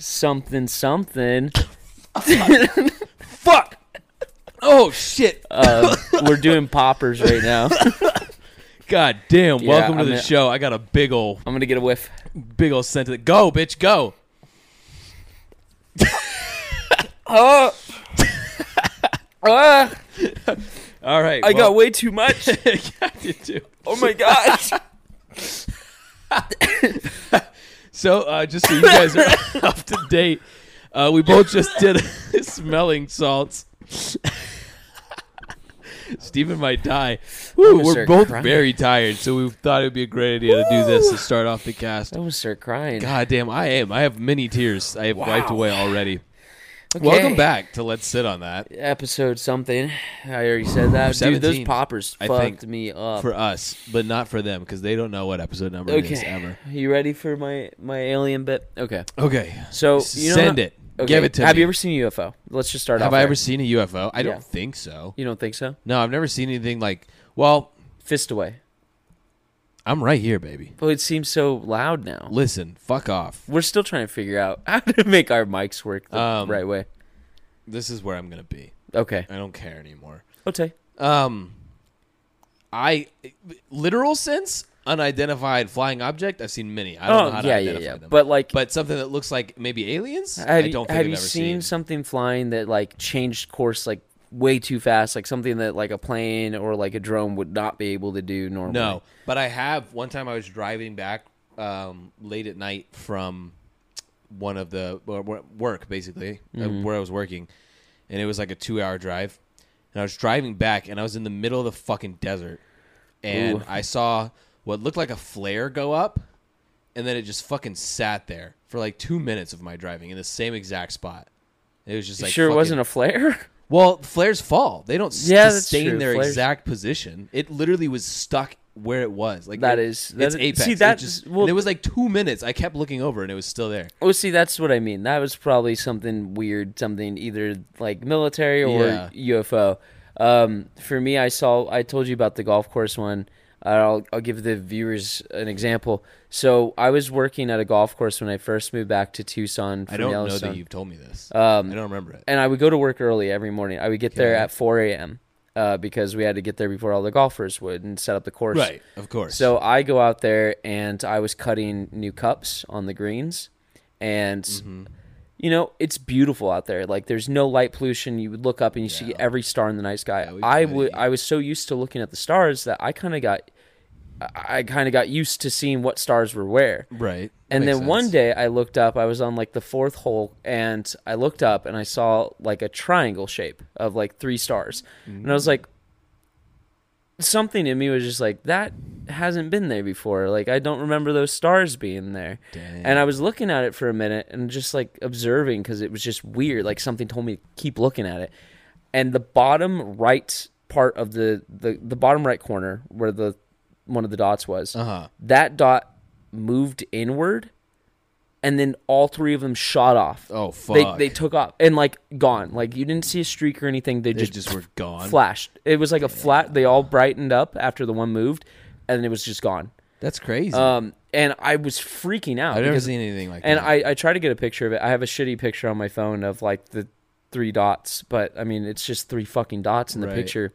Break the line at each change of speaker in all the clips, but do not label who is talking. something something. Oh,
Fuck. Oh shit.
Uh, we're doing poppers right now.
God damn.
Yeah,
Welcome to
I'm
the
in-
show. I got a big ol'
I'm gonna get a whiff.
big ol' scent of it. Go, bitch, go. Uh,
Oh, Ah,
All right.
I got
well-
way too much.
Yeah, you do.
Oh my gosh.
So, uh, just so you guys are up to date, uh, we both just did smelling salts. Stephen might die. Woo,
gonna
we're
start
both
crying.
very tired, so we thought it would be a great idea to do this to start off the cast.
I almost start crying.
God damn, I am. I have many tears I have wiped
Wow.
away already.
Okay.
Welcome back to Let's Sit on That
Episode something. I already said that. Dude, those
17,
poppers
I
fucked
think,
me up.
for us, but not for them because they don't know what episode number it is
okay.
ever.
You ready for my my alien bit? Okay.
Okay,
So you know
send it.
Okay.
Give it to
Have
me.
you ever seen a UFO? Let's just start off.
have I
there.
ever seen a UFO? I don't
Yeah.
think so.
You don't think so?
No, I've never seen anything like. Well,
Fist away.
I'm right here, baby.
Well, it seems so loud now.
Listen, fuck off.
We're still trying to figure out how to make our mics work the
Um,
right way.
This is where I'm gonna be.
Okay.
I don't care anymore.
Okay.
Um, I literal sense unidentified flying object. I've seen many. I don't
Oh,
know how to
yeah, yeah,
identify
yeah.
them.
But like,
but something that looks like maybe aliens.
have
I
you,
don't think
have
I've
you
ever
seen
seen.
something flying that like changed course like way too fast? Like something that like a plane or like a drone would not be able to do normally.
No, but I have. One time I was driving back um, late at night from one of the wor- wor- work, basically, uh,
Mm-hmm.
where I was working. And it was like a two hour drive. And I was driving back and I was in the middle of the fucking desert. And
Ooh.
I saw what looked like a flare go up. And then it just fucking sat there for like two minutes of my driving in the same exact spot. It was just
You
like
sure it
fucking-
wasn't a flare.
well, flares fall. They don't
Yeah, that's
sustain
true.
their
Flares-
exact position. It literally was stuck where it was. Like
That
it-
is- that
it's
is-
apex.
see,
It
that
just-
is- well-
and it was like two minutes. I kept looking over, and it was still there.
Oh, see, that's what I mean. That was probably something weird, something either like military or
Yeah.
UFO. Um, for me, I saw. I told you about the golf course one. Uh, I'll I'll give the viewers an example. So I was working at a golf course when I first moved back to Tucson. From
I don't know
Yellowstone
that you've told me this. Um, I don't remember it.
and I would go to work early every morning. I would get there
Okay.
at 4 a.m. Uh, because we had to get there before all the golfers would and set up the course.
Right, of course.
So I go out there and I was cutting new cups on the greens, and
Mm-hmm.
you know it's beautiful out there. Like there's no light pollution. You would look up and you see every star in the night sky.
we
I
kinda
would.
eat.
I was so used to looking at the stars that I kind of got. I- I kind of got used to seeing what stars were where.
right, That
And
makes
then one
sense.
day I looked up, I was on like the fourth hole, and I looked up and I saw like a triangle shape of like three stars. And I was like, something in me was just like, that hasn't been there before. Like, I don't remember those stars being there.
Damn.
And I was looking at it for a minute and just like observing because it was just weird. Like, something told me to keep looking at it. And the bottom right part of the, the, the bottom right corner where the one of the dots was
Uh-huh.
that dot moved inward and then all three of them shot off.
Oh, fuck.
They they took off and like gone. Like you didn't see a streak or anything. They
they
just,
just were gone.
flashed. It was like a flat. They all brightened up after the one moved, and it was just gone.
That's crazy.
Um, and I was freaking out.
I've never
because-
seen anything like
And
that.
I I try to get a picture of it. I have a shitty picture on my phone of like the three dots, but I mean it's just three fucking dots in the
Right.
picture.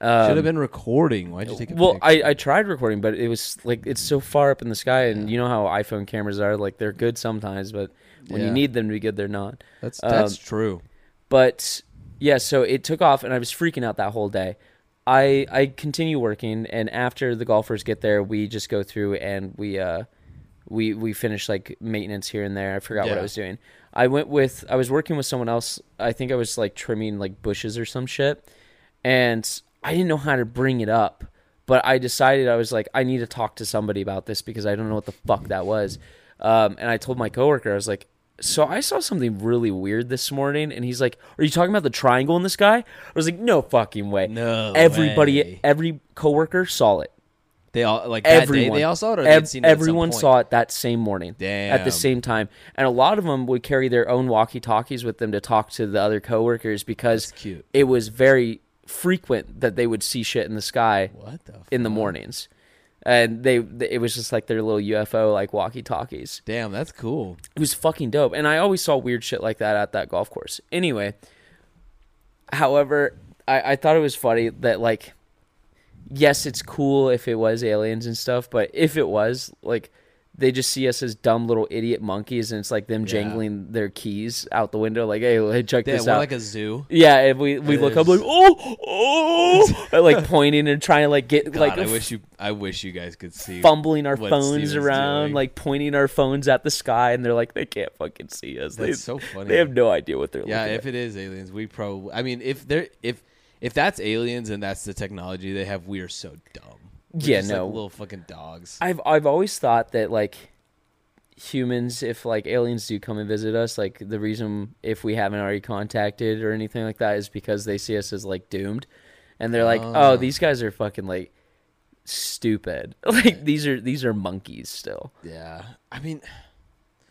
should have been recording. Why'd you take a
um, Well,
picture?
I, I tried recording, but it was like it's so far up in the sky, and you know how iPhone cameras are like they're good sometimes, but when
Yeah.
you need them to be good, they're not.
that's
um,
that's true.
But yeah, so it took off, and I was freaking out that whole day. I I continue working, and after the golfers get there, we just go through and we uh we we finish like maintenance here and there. I forgot what
Yeah.
I was doing. I went with I was working with someone else. I think I was like trimming like bushes or some shit, and I didn't know how to bring it up. But I decided I was like, I need to talk to somebody about this because I don't know what the fuck that was. Um, and I told my coworker, I was like, so I saw something really weird this morning, and he's like, "Are you talking about the triangle in the sky?" I was like, "No fucking way."
No
Everybody,
way.
every coworker saw it
They all like that
everyone.
day. They all saw it, or
Ev-
they'd seen it at some
everyone
point?
saw it that same morning at
Damn.
the same time, and a lot of them would carry their own walkie talkies with them to talk to the other coworkers because
That's cute.
it was very frequent that they would see shit in the sky
What the? F-
in the mornings. and they, they it was just like their little UFO like walkie talkies.
Damn, that's cool.
It was fucking dope. And I always saw weird shit like that at that golf course. Anyway, however, I, I thought it was funny that, like, yes, it's cool if it was aliens and stuff, but if it was, like, they just see us as dumb little idiot monkeys and it's like them
Yeah.
jangling their keys out the window, like, hey, hey check
Damn,
this
we're
out.
like a zoo.
yeah, and we, we look up
There's-
like oh oh, and, like pointing and trying to like get like
God, I wish you, I wish you guys could see.
fumbling our
what
phones
Steven's
around,
doing.
like pointing our phones at the sky, and they're like, they can't fucking see us. they,
That's so funny.
They have no idea what they're
yeah,
looking
if
at.
it is aliens, we probably. I mean, if they're if if that's aliens and that's the technology they have, we are so dumb. We're
Yeah,
just
no.
like little fucking dogs.
I've I've always thought that like humans, if like aliens do come and visit us, like the reason if we haven't already contacted or anything like that is because they see us as like doomed, and they're like,
Ah.
oh, these guys are fucking like stupid. Like these are these are monkeys still.
yeah, I mean,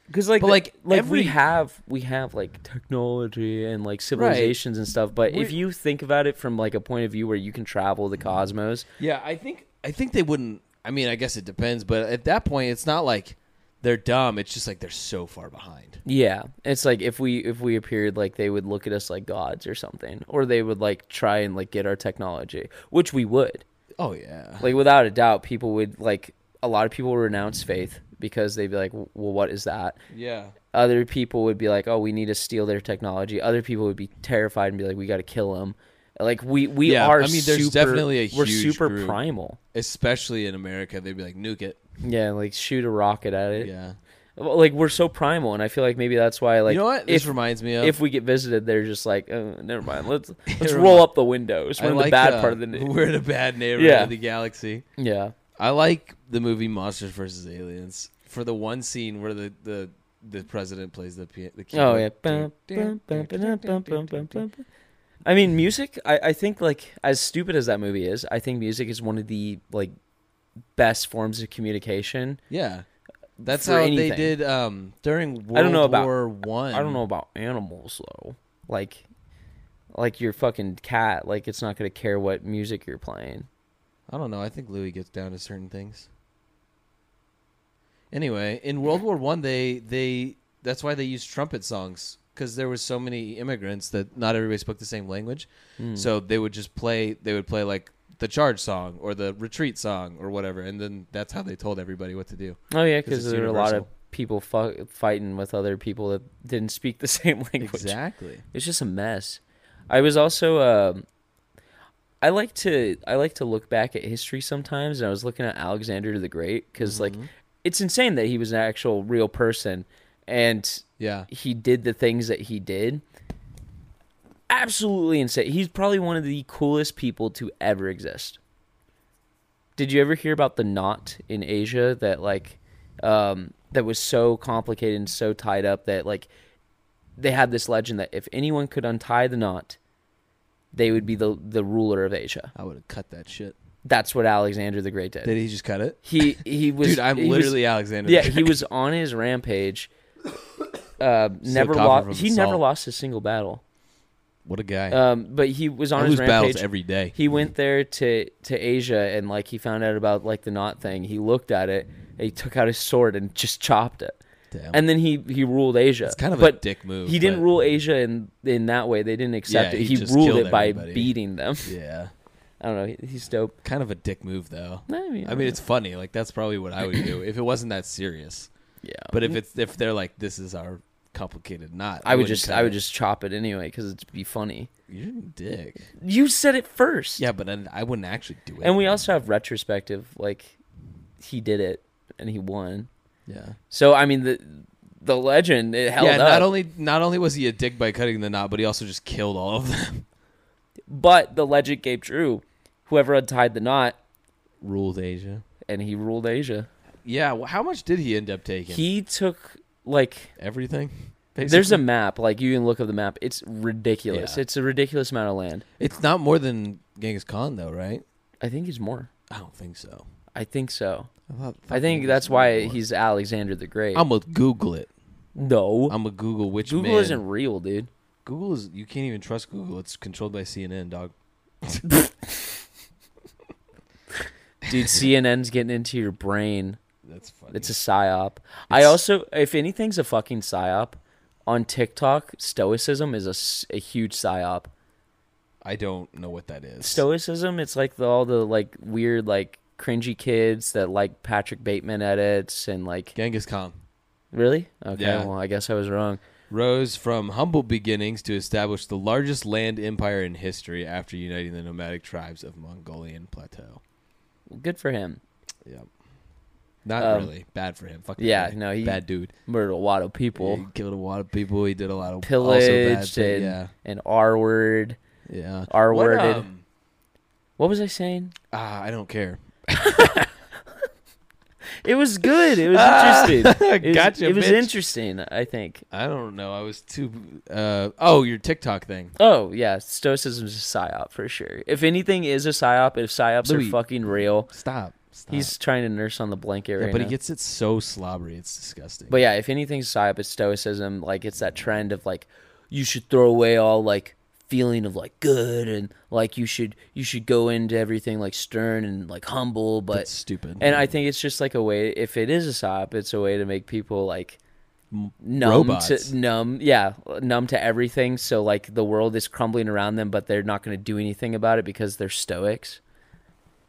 because like
But,
the- like
like,
we
every-
have we have like technology and like civilizations and stuff but if
We-
you think about it from like a point of view where you can travel the cosmos
yeah, I think I think they wouldn't. I mean, I guess it depends, but at that point, it's not like they're dumb. It's just like they're so far behind.
yeah it's like if we if we appeared like they would look at us like gods or something or they would like try and like get our technology which we would
Oh yeah,
like without a doubt people would like a lot of people would renounce faith because they'd be like well what is that
yeah.
other people would be like, "Oh, we need to steal their technology." Other people would be terrified and be like, "We got to kill them." Like we we
Yeah,
are.
I mean, there's
super-
definitely a
we're
huge
super
group.
primal.
Especially in America, they'd be like nuke it.
Yeah, like shoot a rocket at it.
Yeah,
Well, Like we're so primal, and I feel like maybe that's why. Like
you know what? This
If,
reminds me of
if we get visited, they're just like, oh, never mind. Let's let's
Never
roll
mind.
up the windows.
I
We're in the
like uh,
bad part of the n-
we're in a bad neighborhood
Yeah.
of the galaxy.
yeah.
I like the movie Monsters vs. Aliens for the one scene where the the, the president plays the pia- the
Oh yeah.
keyboard.
Bum, bum, bum, ba-dum, bum, bum, bum, bum. I mean, music. I, I think like as stupid as that movie is, I think music is one of the like best forms of communication.
Yeah. That's
For
how
anything.
they did um during World
I don't know about-
War One.
I don't know about animals though. Like, like your fucking cat. Like it's not gonna care what music you're playing.
I don't know. I think Louis gets down to certain things. Anyway, in World War One, they they that's why they used trumpet songs because there was so many immigrants that not everybody spoke the same language.
Hmm.
So they would just play. They would play like the charge song or the retreat song or whatever, and then that's how they told everybody what to do.
Oh yeah,
'Cause
because
it's
there were a lot of
universal.
people fu- fighting with other people that didn't speak the same language.
Exactly.
It's just a mess. I was also. Um, I like to I like to look back at history sometimes, and I was looking at Alexander the Great because like it's insane that he was an actual real person, and
Yeah.
he did the things that he did. Absolutely insane. He's probably one of the coolest people to ever exist. Did you ever hear about the knot in Asia that like um that was so complicated and so tied up that like they had this legend that if anyone could untie the knot, they would be the the ruler of Asia.
I would have cut that shit.
That's what Alexander the Great did.
Did he just cut it?
he he was
Dude, I'm
he was-
literally Alexander. the
yeah,
Great.
he was on his rampage. Uh, never
copper
lost.
from
He
salt.
never lost a single battle.
what a guy.
Um, but he was on
I
his
lose battles
rampage.
every day.
he went there to to Asia and like he found out about like the knot thing. He looked at it. And he took out his sword and just chopped it.
Damn.
And then he he ruled Asia.
It's kind of a
but
dick move,
He didn't
but-
rule Asia in in that way. They didn't accept
Yeah,
it.
he
He,
just
ruled
killed
it by
everybody.
beating them.
yeah.
I don't know. He, he's dope.
Kind of a dick move though.
I mean,
I mean, it's funny. Like that's probably what I would do if it wasn't that serious.
yeah.
But if it's if they're like, this is our complicated knot,
I would
wouldn't
just
cut
I would
it.
just chop it anyway because it'd be funny.
you're a dick.
You said it first.
Yeah, but I, I wouldn't actually do it.
And we also have retrospective, like he did it and he won.
yeah,
So I mean the the legend it held
yeah.
up,
Not only not only was he a dick by cutting the knot, but he also just killed all of them.
but the legend gave true. Whoever untied the knot
Ruled Asia.
and he ruled Asia.
Yeah. Well, how much did he end up taking?
He took like
Everything.
there's a
basically?
map, like you can look up the map. It's ridiculous.
Yeah.
It's a ridiculous amount of land.
It's not more than Genghis Khan though, right?
I think he's more.
I don't think so.
I think so.
I, thought,
I think
Genghis
that's
Khan
why
was-
he's Alexander the Great.
I'm gonna Google it.
no.
I'm gonna Google which
Google
man-
isn't real, dude.
Google is you can't even trust Google. It's controlled by CNN, dog.
Dude, CNN's getting into your brain.
That's funny.
It's a psyop. I also, if anything's a fucking psyop, on TikTok, stoicism is a, s- a huge psyop.
I don't know what that is.
Stoicism, it's like the, all the like weird, like cringy kids that like Patrick Bateman edits and like
Genghis Khan.
really. Okay,
Yeah.
well, I guess I was wrong.
Rose from humble beginnings to establish the largest land empire in history after uniting the nomadic tribes of Mongolian plateau.
Good for him.
Yep. Not
Um,
really. Bad for him. Fuck that
yeah,
guy.
no, he-
bad dude.
Murdered a lot of people.
He killed a lot of people. He did a lot of also bad
pillaged
thing-
and,
yeah,
and R word.
yeah. What,
R-worded.
um,
What was I saying?
ah, I don't care.
It was good. It was interesting. It was,
Ah, Gotcha,
It was
bitch.
interesting. I think.
I don't know. I was too. Uh, oh, your TikTok thing.
Oh yeah, stoicism is a psyop for sure. If anything is a psyop, if psyops
Louis,
are fucking real,
Stop. Stop.
he's trying to nurse on the blanket
yeah,
right
but
now.
he gets it so slobbery. It's disgusting.
But yeah, if anything's a psyop, it's stoicism. Like it's that trend of like you should throw away all like feeling of like good and like you should you should go into everything like stern and like humble, but
That's stupid.
And I think it's just like a way. If it is a sop, it's a way to make people like
M-
numb
robots.
to numb. Yeah, numb to everything. So like the world is crumbling around them, but they're not going to do anything about it because they're stoics,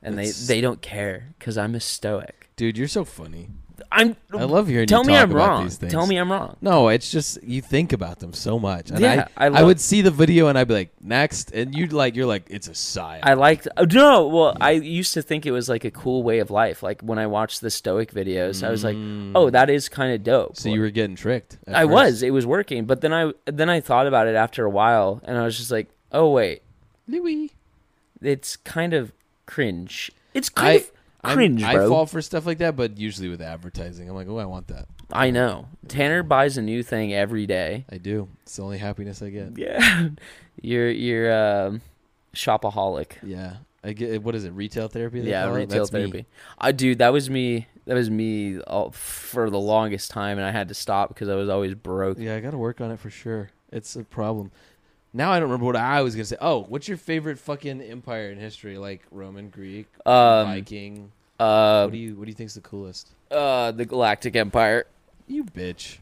and
That's-
they they don't care. Because I'm a stoic.
dude, you're so funny.
I'm.
I love hearing.
Tell
you
me
talk
I'm
about
wrong.
These things.
Tell me I'm wrong.
No, it's just you think about them so much. And
Yeah,
I,
I
I,
love-
would see the video and I'd be like, next, and you'd like, you're like, it's a sigh.
I liked oh, no. Well, I used to think it was like a cool way of life. Like when I watched the Stoic videos, I was like, "Oh, that is kind of dope."
so you were getting tricked. at
I
first.
was. It was working, but then I then I thought about it after a while, and I was just like, "Oh wait,
Louis.
it's kind of cringe. It's kind
I
of
I'm-
cringe,
I
bro.
fall for stuff like that, but usually with advertising, I'm like, oh, I want that.
I know. Tanner buys a new thing every day.
I do. It's the only happiness I get.
Yeah, you're you're um, shopaholic.
Yeah, I get. What is it? Retail therapy. they
Yeah,
call it?
retail
That's me.
therapy. I dude, that was me. That was me all, for the longest time, and I had to stop because I was always broke.
Yeah, I got to work on it for sure. It's a problem. Now I don't remember what I was gonna say. Oh, what's your favorite fucking empire in history? Like Roman, Greek,
Um,
Viking.
Uh,
what do you What do you think's the coolest?
uh, the Galactic Empire.
You bitch.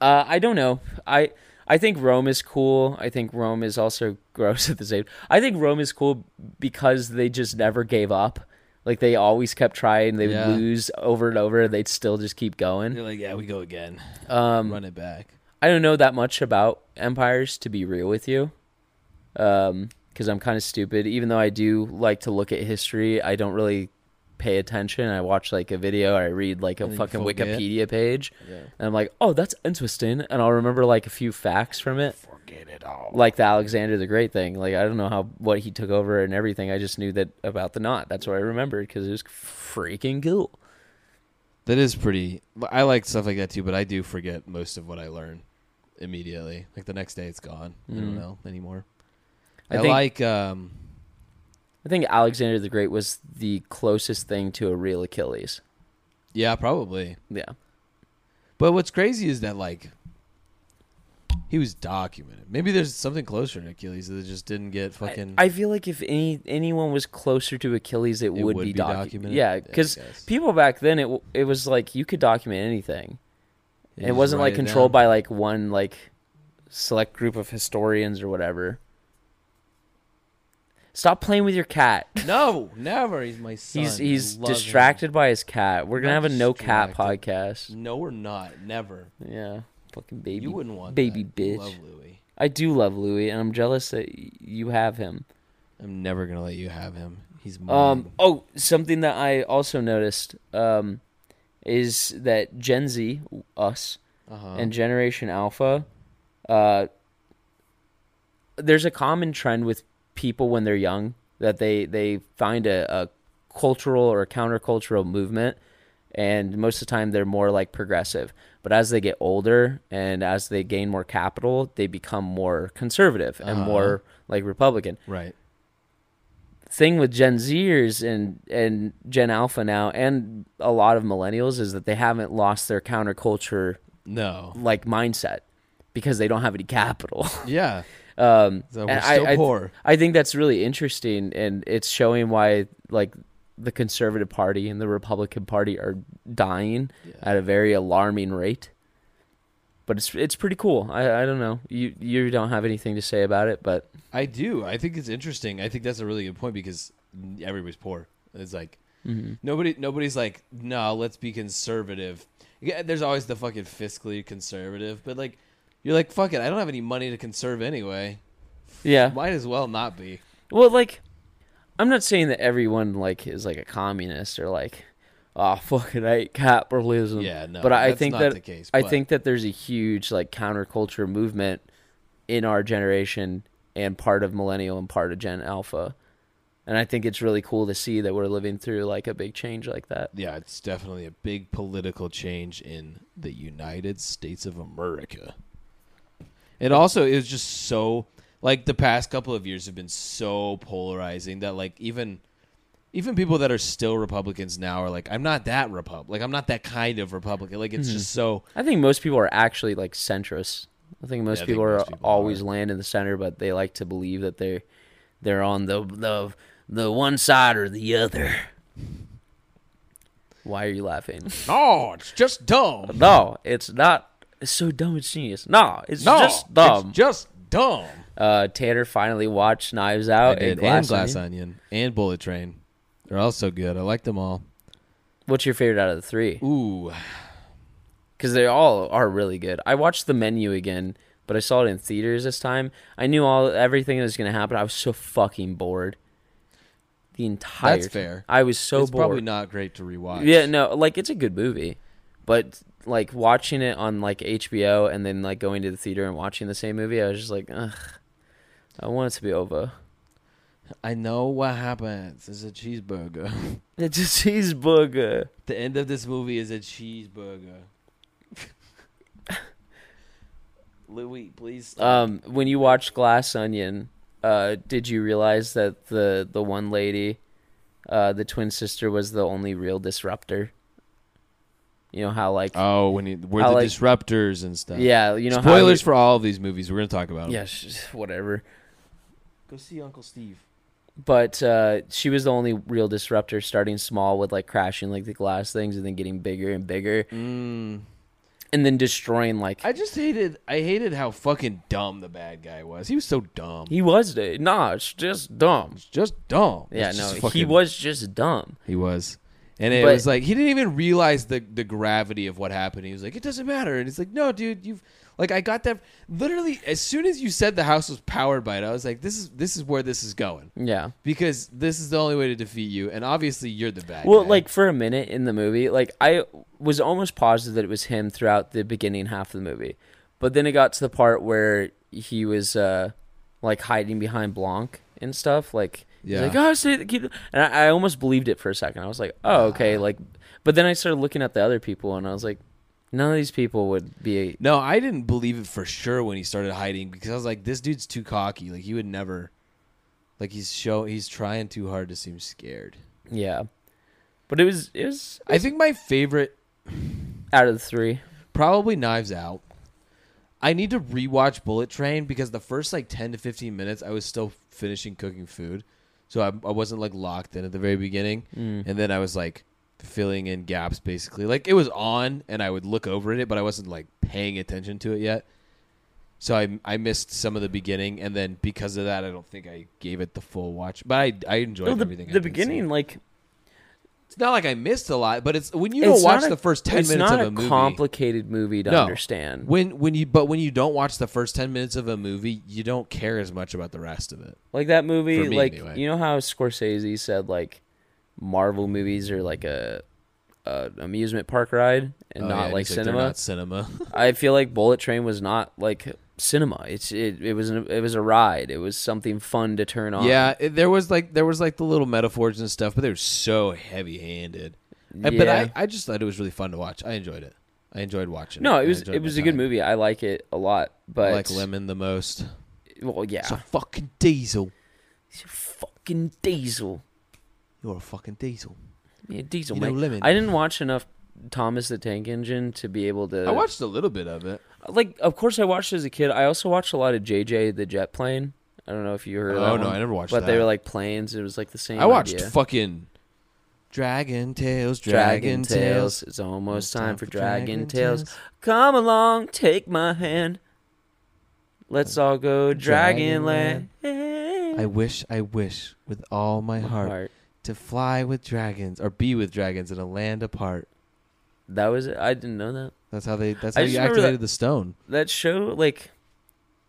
Uh, I don't know. I I think Rome is cool. I think Rome is also gross at the same. I think Rome is cool because they just never gave up. Like they always kept trying. They would
Yeah.
lose over and over. They'd still just keep going.
You're like, yeah, we go again.
Um,
Run it back.
I don't know that much about empires to be real with you. Um, because I'm kind of stupid. Even though I do like to look at history, I don't really pay attention. I watch like a video. I read like a
And you
fucking
forget.
Wikipedia page.
Yeah.
And I'm like, oh, that's interesting. And I'll remember like a few facts from it,
Forget it all.
like the Alexander the Great thing. Like, I don't know how what he took over and everything. I just knew that about the knot. That's what I remembered because it was freaking cool.
That is pretty. I like stuff like that too, but I do forget most of what I learn immediately. Like the next day, it's gone. I
Mm.
don't know anymore.
I
I,
think-
like. um
I think Alexander the Great was the closest thing to a real Achilles.
Yeah, probably.
Yeah.
But what's crazy is that like he was documented. Maybe there's something closer to Achilles that just didn't get
I-
fucking.
I, feel like if any anyone was closer to Achilles, it, would, be, docu- Yeah,
I
because
guess.
people back then, it w- it was like you could document anything.
You
And it
just
wasn't
write
like
it
controlled
down.
by like one like select group of historians or whatever. Stop playing with your cat.
No, never. He's my son.
He's
I
he's
love him.
distracted by his cat. We're gonna
Not
have a no cat
distracted.
podcast.
No, we're not. Never.
Yeah, fucking baby.
you wouldn't want
baby
that.
bitch.
Love Louis.
I do love Louis, and I'm jealous that y- you have him.
I'm never gonna let you have him. He's mine.
Um. Oh, something that I also noticed um, is that Gen Z, us,
uh-huh.
and Generation Alpha, uh, there's a common trend with people when they're young that they they find a, a cultural or countercultural movement, and most of the time they're more like progressive. But as they get older and as they gain more capital, they become more conservative and
Uh-huh.
more like Republican
right.
thing with Gen Zers and and Gen Alpha now and a lot of millennials is that they haven't lost their counterculture
No.
like mindset because they don't have any capital.
Yeah.
um
So
and
we're
I-
still
I,
poor.
I think that's really interesting and it's showing why like the Conservative Party and the Republican Party are dying
Yeah.
at a very alarming rate. But it's it's pretty cool. I, I don't know. You you don't have anything to say about it, but
I do. I think it's interesting. I think that's a really good point because everybody's poor. It's like
Mm-hmm.
nobody nobody's like, no, let's be conservative. Yeah, there's always the fucking fiscally conservative, but like you're like, fuck it, I don't have any money to conserve anyway.
yeah.
Might as well not be.
Well, like, I'm not saying that everyone like is like a communist or like, oh fucking hate capitalism.
Yeah, no,
Um, But I
that's
think
not
that
the case,
I
but-
think that there's a huge like counterculture movement in our generation and part of millennial and part of Gen Alpha, and I think it's really cool to see that we're living through like a big change like that.
Yeah, it's definitely a big political change in the United States of America. It also is just so like the past couple of years have been so polarizing that like even even people that are still Republicans now are like, I'm not that Repub like I'm not that kind of Republican. Like it's just so
I think most people are actually like centrist. I think most
Yeah, I think
people are
most people
always land in the center, but they like to believe that they're they're on the the the one side or the other. Why are you laughing?
No, it's just dumb.
no, it's not. It's so dumb. It's genius. No, it's
No
just dumb.
It's just dumb.
uh, Tanner finally watched Knives Out Oh, and Glass, Onion.
Onion and Bullet Train. They're all so good. I like them all.
What's your favorite out of the three?
Ooh.
because they all are really good. I watched the menu again, but I saw it in theaters this time. I knew all everything that was gonna happen. I was so fucking bored. The entire
That's
time.
fair.
I was so
it's
bored.
probably not great to rewatch.
yeah, no, like it's a good movie, but like watching it on like HBO and then like going to the theater and watching the same movie, I was just like, ugh. I want it to be over.
I know what happens. It's a cheeseburger.
It's a cheeseburger.
the end of this movie is a cheeseburger. Louis, please. stop.
Um, when you watched Glass Onion, uh, did you realize that the the one lady, uh, the twin sister, was the only real disruptor? You know how like
oh, when you, we're
I
the
like-
disruptors and stuff.
yeah, you know
Spoilers
How
for all of these movies. We're gonna talk about them.
yeah, sh- whatever.
Go see Uncle Steve.
But uh, she was the only real disruptor, starting small with like crashing like the glass things, and then getting bigger and bigger,
Mm.
and then destroying like
I just hated. I hated how fucking dumb the bad guy was. He was so dumb.
he was. the- Nah, it's just dumb.
He's just dumb.
Yeah,
It's
no,
just
he
fucking-
was just dumb.
He was. And it
But-
was like he didn't even realize the the gravity of what happened. He was like, "It doesn't matter." And he's like, "No, dude, you've like I got that literally as soon as you said the house was powered by it. I was like, this is this is where this is going
Yeah.
because this is the only way to defeat you. And obviously, you're the bad
Well,
guy.
like for a minute in the movie, like I was almost positive that it was him throughout the beginning half of the movie, but then it got to the part where he was uh like hiding behind Blanc and stuff. Like he's
Yeah.
like, oh, say the keep, and I, I almost believed it for a second. I was like, oh, okay,
Uh-huh.
like. But then I started looking at the other people, and I was like, none of these people would be.
no, I didn't believe it for sure when he started hiding because I was like, this dude's too cocky. Like he would never, like he's show he's trying too hard to seem scared.
Yeah, but it was it was
I think my favorite
out of the three.
probably Knives Out. I need to rewatch Bullet Train because the first like ten to fifteen minutes I was still finishing cooking food, so I, I wasn't like locked in at the very beginning,
Mm.
and then I was like filling in gaps basically. Like it was on, and I would look over at it, but I wasn't like paying attention to it yet. So I I missed some of the beginning, and then because of that, I don't think I gave it the full watch. But I I enjoyed
No, the,
everything. I
the
did see.
beginning, like
It's not like I missed a lot, but it's when you don't
it's
watch
not a-
the first ten
it's
minutes
not
of a,
a
movie.
complicated movie to
No.
understand.
When when you but when you don't watch the first ten minutes of a movie, you don't care as much about the rest of it.
Like that movie,
For me,
like
anyway.
you know how Scorsese said like Marvel movies are like a, a amusement park ride and
Oh, yeah,
not
and
like
he's they're
cinema.
not cinema.
I feel like Bullet Train was not like cinema. It's it, it was an, it was a ride. It was something fun to turn on.
yeah, it- there was like there was like the little metaphors and stuff, but they were so heavy handed. But
Yeah.
I, I just thought it was really fun to watch. I enjoyed it. I enjoyed watching. it
No, it
I
was
enjoyed
it
my
was a good
time.
movie. I like it a lot.
I
But
like Lemon the most.
well, yeah,
It's a fucking diesel.
It's a fucking Diesel.
You're a fucking diesel.
Yeah, Diesel.
You know
mate.
Lemon.
I didn't watch enough Thomas the Tank Engine to be able to.
I watched a little bit of it.
like of course I watched it as a kid. I also watched a lot of JJ the Jet Plane. I don't know if you heard. of
Oh,
that
no,
one.
I never watched
But they
that.
were like planes. It was like the same.
I watched
idea.
fucking Dragon Tales, Dragon, Tales.
It's almost time for Dragon Tales. Come along, take my hand. Let's all go Dragonland.
Dragonland. I wish, I wish with all my heart,
Heart.
to fly with dragons or be with dragons in a land apart.
That was it. I didn't know that.
That's how they. That's
I
how
just
you
remember that-
activated the stone.
That show, like,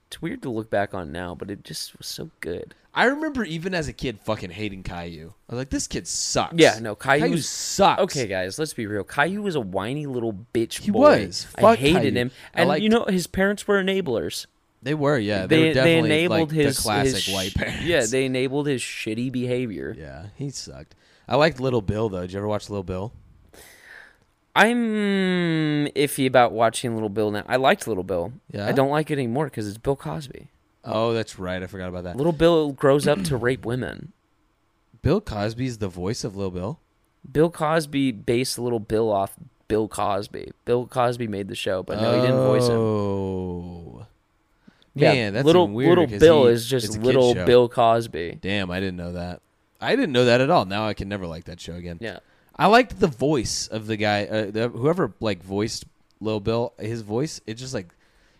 it's weird to look back on now, but it just was so good.
I remember even as a kid fucking hating Caillou. I was like, this kid sucks.
Yeah, no,
Caillou,
Caillou's
sucks.
Okay, guys, let's be real. Caillou was a whiny little bitch
He
boy.
was.
I
Fuck
hated
Caillou.
him.
I
And
liked-
you know, his parents were enablers.
they were yeah. They,
They
were
they,
definitely
enabled
like,
his
the classic
his sh-
white parents.
Yeah, they enabled his shitty behavior.
Yeah, he sucked. I liked Little Bill though. Did you ever watch Little Bill?
I'm iffy about watching Little Bill now. I liked Little Bill.
Yeah?
I don't like it anymore because it's Bill Cosby.
Oh, that's right. I forgot about that.
Little Bill grows up to rape women.
Bill Cosby's the voice of Little Bill.
Bill Cosby based Little Bill off Bill Cosby. Bill Cosby made the show, but no, he didn't voice him.
Oh,
Yeah,
man, that's
little
even weirder
little
'cause
Bill
he-
is
it's
just
a kid's
little
show.
Bill Cosby.
Damn, I didn't know that. I didn't know that at all. Now I can never like that show again.
Yeah.
I liked the voice of the guy, uh, the, whoever like voiced Lil Bill. His voice, it's just like,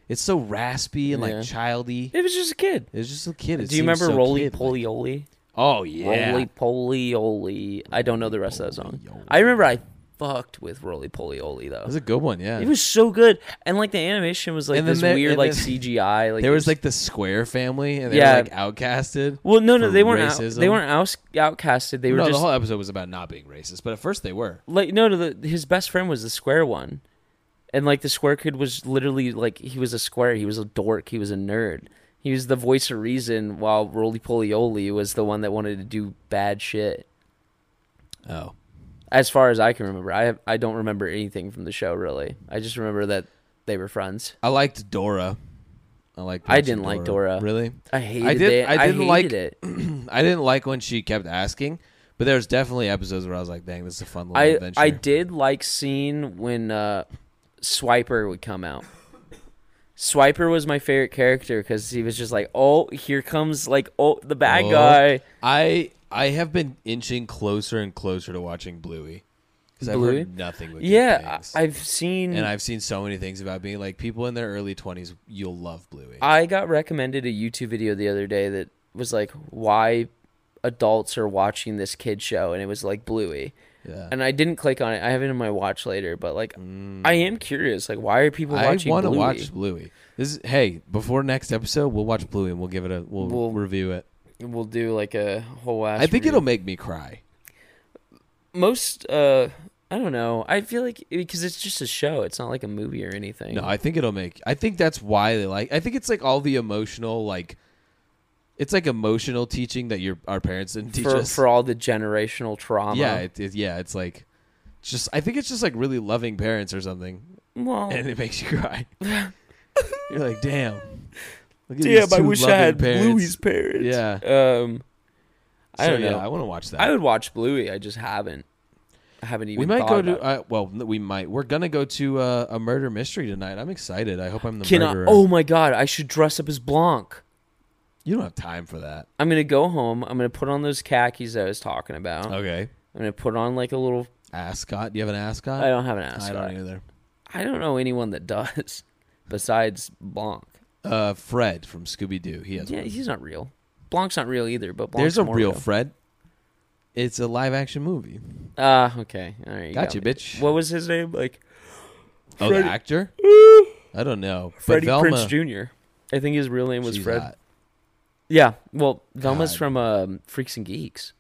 it's so raspy and
Yeah.
like childy.
It was just a kid.
It's just a kid. It
Do
seems
you remember
so
Roly
kid-like.
Poly Oly?
Oh yeah,
Roly Poly Oly. I don't know the rest of that
Roly
song.
Poly Oly.
I remember I fucked with Roly Poly Oly though.
that was a good one. Yeah,
It was so good, and like the animation was like
And then
this
there-
weird
and
like
then-
CGI. Like
there
it
was like the Square family, and they
Yeah.
were like outcasted.
well, no, no,
for
they weren't out,
racism.
they weren't out, outcasted. They were
no,
just
the whole episode was about not being racist, but at first they were.
like no, no the, his best friend was the square one, and like the square kid was literally like he was a square, he was a dork, he was a nerd. He was the voice of reason, while Roly Poly Oly was the one that wanted to do bad shit.
Oh,
As far as I can remember, I have, I don't remember anything from the show really. I just remember that they were friends.
I liked Dora. I liked.
I
watching
didn't like Dora.
Really,
I hated
did-
it.
I
I,
didn't
hated
like-
it.
I didn't like when she kept asking, but there was definitely episodes where I was like, "Dang, this is a fun little
I
adventure."
I did like seeing when uh, Swiper would come out. Swiper was my favorite character because he was just like, oh, here comes like oh the bad
Oh.
guy.
I I have been inching closer and closer to watching Bluey because I've
Bluey?
heard nothing but good
Yeah,
things.
I, I've seen.
and
I,
I've seen so many things about being like people in their early twenties. You'll love Bluey.
got recommended a YouTube video the other day that was like why adults are watching this kid show, and it was like Bluey.
yeah.
And I didn't click on it. I have it in my watch later, but like I am curious. Like, why are people
Mm. I
watching?
want to
Bluey?
watch Bluey. This is, hey, before next episode, we'll watch Bluey and we'll give it a we'll,
We'll-
review it.
We'll do like a whole ass.
I think
review.
it'll make me cry.
most uh I don't know. I feel like because it's just a show. It's not like a movie or anything.
No, I think it'll make. I think that's why they like. I think it's like all the emotional like. It's like emotional teaching that your our parents didn't teach
for
us.
for all the generational trauma.
yeah, it, it, yeah, it's like, just I think it's just like really loving parents or something,
Well,
and it makes you cry. You're like, damn. Look at
damn.
these
I
two
wish I
loving
had
parents."
Bluey's parents.
Yeah.
Um. I
So,
don't
yeah,
know.
I want to watch that.
I would watch Bluey. I just haven't. I haven't even.
we might go
thought
to.
about it.
Uh, well, n- we might. We're gonna go to uh, a murder mystery tonight. I'm excited. I hope I'm the
Can I,
murderer.
oh my god! I should dress up as Blanc.
you don't have time for that.
I'm gonna go home. I'm gonna put on those khakis that I was talking about.
Okay.
I'm gonna put on like a little.
Ascot. Do you have an ascot?
I don't have an
I
ascot.
don't either.
I don't know anyone that does besides Blanc.
Uh, Fred from Scooby Doo. He has.
Yeah,
one.
he's not real. Blanc's not real either, but Blanc's
There's a
more
real Fred. It's a live action movie.
Ah, okay. All right. You
Gotcha,
me.
bitch.
What was his name? Like
Oh, the
Freddy-
actor? I don't know. But
Freddie
Velma,
Prince Jr. I think his real name was
she's
Fred.
hot.
Yeah. Well, Velma's
God.
from um, Freaks and Geeks.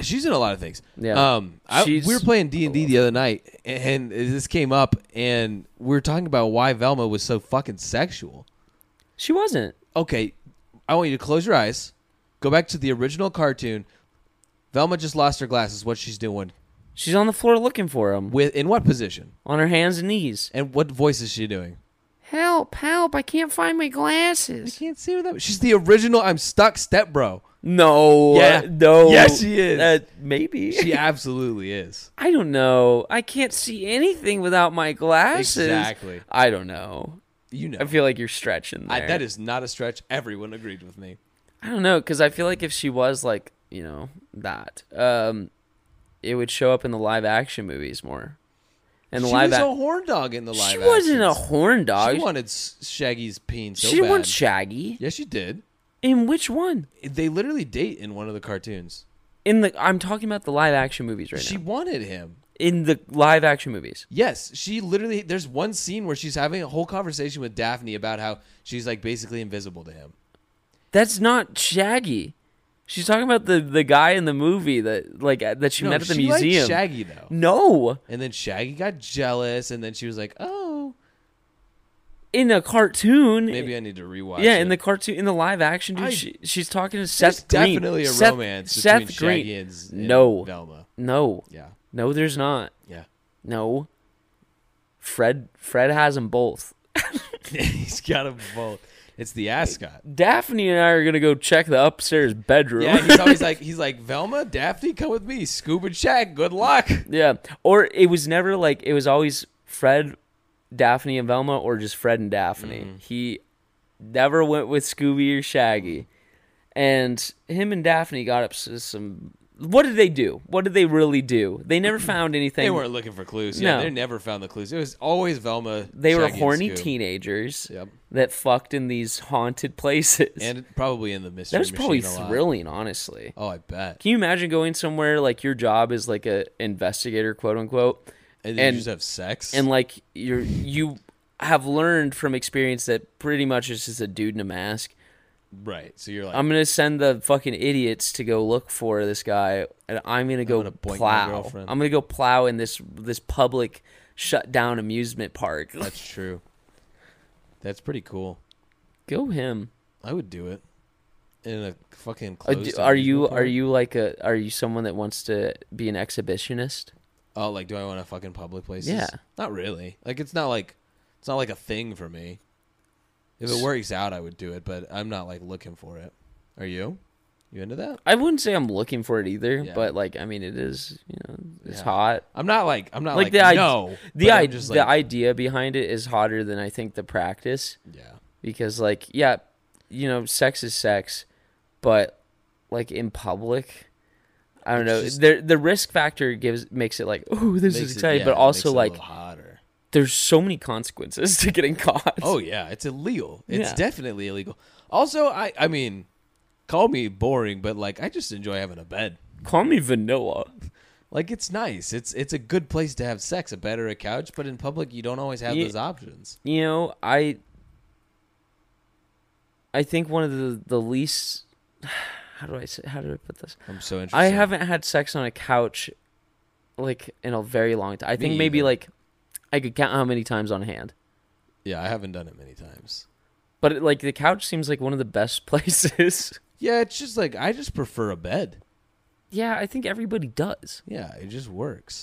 She's in a lot of things.
Yeah.
Um, I, we
She's-
were playing D and D the other night, and this came up, and we were talking about why Velma was so fucking sexual.
She wasn't.
Okay, I want you to close your eyes, go back to the original cartoon. Velma just lost her glasses. What she's doing
She's on the floor looking for him
with in what position
on her hands and knees.
and what voice is she doing?
Help! Help! I can't find my glasses.
Can't see that. She's the original. I'm stuck, step bro.
No.
Yeah.
uh, No.
Yes, she is.
Uh, maybe.
She absolutely is.
I don't know. I can't see anything without my glasses.
Exactly.
I don't know.
You know
I feel like you're stretching
I,
there.
that is not a stretch. Everyone agreed with me.
I don't know because I feel like if she was like you know that, um, it would show up in the live action movies more. And the
she
live
was
action,
a horn dog in the live.
she wasn't a
actions.
horn dog.
She wanted S- Shaggy's peen so
she
bad.
wants Shaggy.
yes, she did.
In which one?
They literally date in one of the cartoons.
In the I'm talking about the live action movies right
she
now.
wanted him.
In the live action movies.
Yes, she literally. There's one scene where she's having a whole conversation with Daphne about how she's like basically invisible to him.
That's not Shaggy. She's talking about the the guy in the movie that like uh, that she
No,
met at the
she liked
museum.
Shaggy though,
No,
and then Shaggy got jealous, and then she was like, "Oh,
in a cartoon.
maybe I need to rewatch."
yeah,
it.
in the cartoon, in the live action, dude,
I-
she, she's talking to Seth
there's
Green.
definitely a
Seth-
romance
Seth
between
Green.
Shaggy and, Z- and
No.
Velma.
No,
Yeah,
no, there's not.
yeah.
No. Fred, Fred has them both.
He's got a vote. It's the ascot.
Daphne and I are gonna go check the upstairs bedroom.
Yeah, he's always like, he's like Velma, Daphne, come with me, Scuba Shag. Good luck.
Yeah. Or it was never like it was always Fred, Daphne, and Velma, or just Fred and Daphne.
Mm-hmm.
He never went with Scooby or Shaggy, and him and Daphne got up to some. What did they do? What did they really do? They never found anything.
They weren't looking for clues. Yeah,
No.
they never found the clues. It was always Velma.
They were
Shaggy, and
horny
Scoob.
teenagers
Yep.
that fucked in these haunted places.
and probably in the mystery.
that was probably
Machine a lot.
thrilling, honestly.
Oh, I bet.
Can you imagine going somewhere like your job is like a investigator, quote unquote,
And then
and-
you just have sex.
and like you're you have learned from experience that pretty much it's just a dude in a mask.
right. So you're like,
I'm gonna send the fucking idiots to go look for this guy, and I'm gonna go
gonna boink my
plow. I'm
girlfriend.
gonna go plow in this this public shut down amusement park.
that's true. That's pretty cool.
go him.
I would do it in a fucking.
Uh,
Closed
do- are you
amusement
are
park.
you like a are you someone that wants to be an exhibitionist?
Oh, like do I want to fucking public places?
Yeah.
Not really. Like it's not like it's not like a thing for me. If it works out, I would do it, but I'm not like looking for it. Are you? You into that?
I wouldn't say I'm looking for it either,
Yeah.
but like I mean, it is you know it's
Yeah.
hot.
I'm not like I'm not
Like
like,
the id-
no.
The
but I'm
I-
just
the
like,
idea behind it is hotter than I think the practice.
yeah.
because like yeah you know sex is sex but like in public i don't
It's
know
just-
the the risk factor gives makes it like oh this
Makes
is
it-
exciting
yeah,
but
it makes it
also
a
like
little hotter.
there's so many consequences to getting caught
Oh yeah, it's illegal. It's
Yeah.
definitely illegal. Also, I I mean, call me boring, but like I just enjoy having a bed.
call me vanilla
Like it's nice. It's it's a good place to have sex, a bed or a couch, but in public you don't always have
Ye-
those options.
you know i i think one of the the least how do i say how do i put this
I'm so interested.
i haven't had sex on a couch like in a very long time i think maybe
either.
like i could count how many times on hand
Yeah, I haven't done it many times.
But it, like the couch seems like one of the best places.
Yeah, it's just like I just prefer a bed.
yeah, I think everybody does.
Yeah, it just works.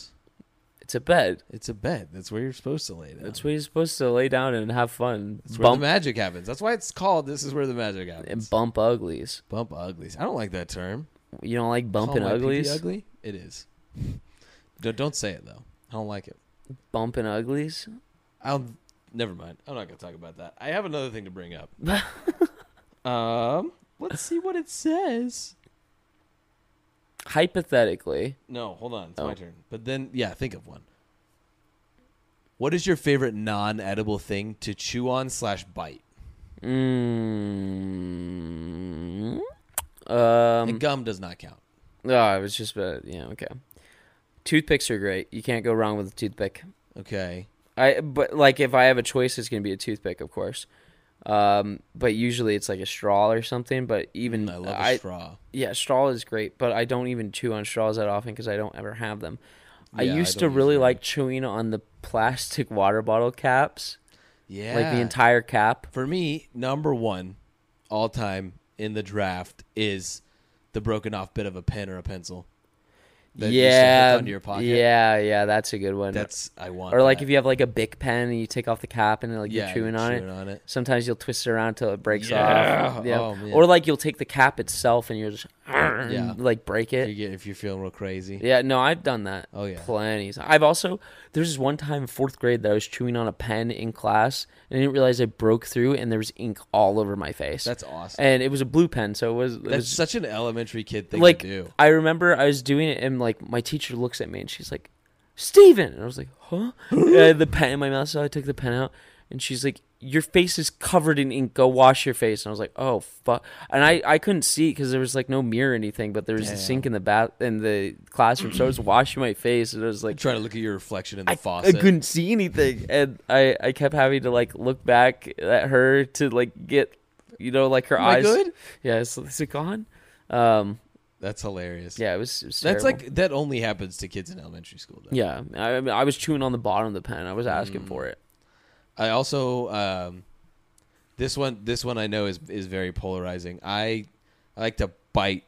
It's a bed.
It's a bed. That's where you're supposed to lay down.
That's
That's,
where you're supposed to lay down and have fun.
where
bump
the magic happens. That's why it's called this is where the magic happens.
and bump uglies.
Bump uglies. I don't like that term.
You don't like
Call
bumping
my pee-pee
uglies?
Ugly? It is. don't, don't say it though. I don't like it.
bumping uglies?
I'll never mind. I'm not gonna talk about that. I have another thing to bring up. um let's see what it says.
Hypothetically,
No, hold on. It's
Oh.
my turn. But then, yeah, think of one. What is your favorite non-edible thing to chew on slash bite?
mm,
And
um,
gum does not count.
oh, I was just about yeah, okay. Toothpicks are great. You can't go wrong with a toothpick.
Okay.
I but like if I have a choice, it's gonna be a toothpick, of course. Um, but usually it's like a straw or something. But even
Mm, I love a
I,
straw.
yeah, straw is great, but I don't even chew on straws that often because I don't ever have them. I
Yeah, I
used to
don't
really
either.
like chewing on the plastic water bottle caps,
Yeah.
like the entire cap.
For me, number one all time in the draft is the broken off bit of a pen or a pencil. that you stick
yeah,
onto your pocket.
yeah, yeah, that's a good one.
That's I want.
or like
that.
if you have like a big pen and you take off the cap and like
Yeah,
you're chewing on it.
on it.
Sometimes you'll twist it around till it breaks
Yeah.
off. Yeah.
Oh, man.
Or like you'll take the cap itself and you're just and
Yeah.
like break
If
it.
you get if you're feeling real crazy.
Yeah, no, I've done that.
Oh, yeah.
plenty. of times. I've also there's this one time in fourth grade that I was chewing on a pen in class and I didn't realize I broke through and there was ink all over my face.
That's awesome.
and it was a blue pen, so it was it
That's
was
such an elementary kid thing
like
to do.
I remember I was doing it and like my teacher looks at me and she's like, Steven! and I was like, huh? And I had the pen in my mouth, so I took the pen out and she's like, your face is covered in ink. Go wash your face. And I was like, oh fuck! And I, I couldn't see because there was like no mirror or anything, but there was the
Damn.
sink in the bath in the classroom, so I was washing my face and I was like,
Try to look at your reflection in the
I, I
faucet.
couldn't see anything, and I, I kept having to like look back at her to like get, you know, like her
Am I
eyes.
good?
Yeah, is, is it gone? Um,
That's hilarious.
yeah, it was. It was
That's
terrible.
like that only happens to kids in elementary school. Though.
Yeah, I, I mean, I was chewing on the bottom of the pen. I was
Mm.
asking for it.
I also um, this one this one I know is is very polarizing. I I like to bite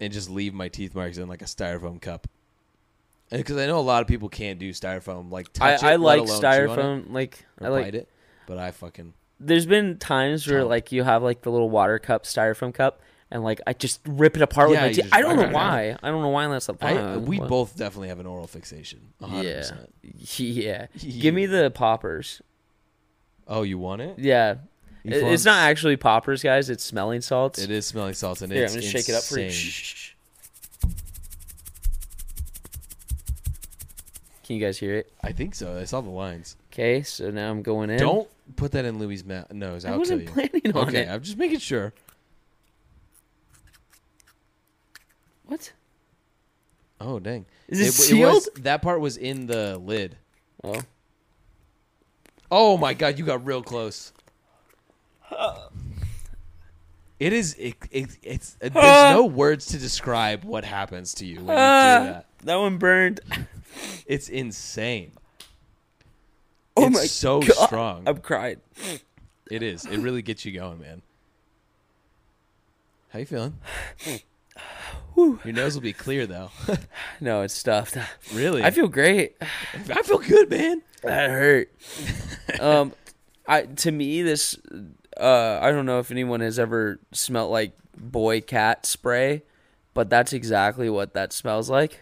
and just leave my teeth marks in like a styrofoam cup. Because I know a lot of people can't do styrofoam like
I,
touch it,
I
let
like
alone chew on it
styrofoam. Like
or
I like.
bite it, but I fucking
There's been times where
Tom.
like you have like the little water cup, styrofoam cup, and like I just rip it apart
Yeah,
with
you
my teeth.
just-
I don't know
right,
why.
right,
I don't know why that's the
I, uh,
problem.
we
but-
both definitely have an oral fixation. 100%.
Yeah. yeah. Give me the poppers.
Oh, you want it?
Yeah.
You
It- it's
flunks?
not actually poppers, guys. It's smelling salts.
It is smelling salts and
Here,
it's
I'm gonna shake it up for you. Shh,
insane.
shh, shh. Can you guys hear it?
I think so. I saw the lines.
Okay, so now I'm going in.
Don't put that in Louis' mouth. nose.
I
I'll
wasn't
kill you.
planning on
okay,
it.
I'm just making sure.
What?
Oh dang!
Is it
w- was- that part was in the lid.
Oh.
Oh my god, you got real close. It is. It, it, it's. uh,
Ah.
There's no words to describe what happens to you when you do
Ah.
that.
That one burned.
It's insane.
Oh
it's
my
so
God.
strong.
I'm crying.
It is. It really gets you going, man. How you feeling? Your nose will be clear though.
No, it's stuffed.
really?
I feel great.
I feel good, man.
That hurt. um, I to me this, uh, I don't know if anyone has ever smelt like boy cat spray, but that's exactly what that smells like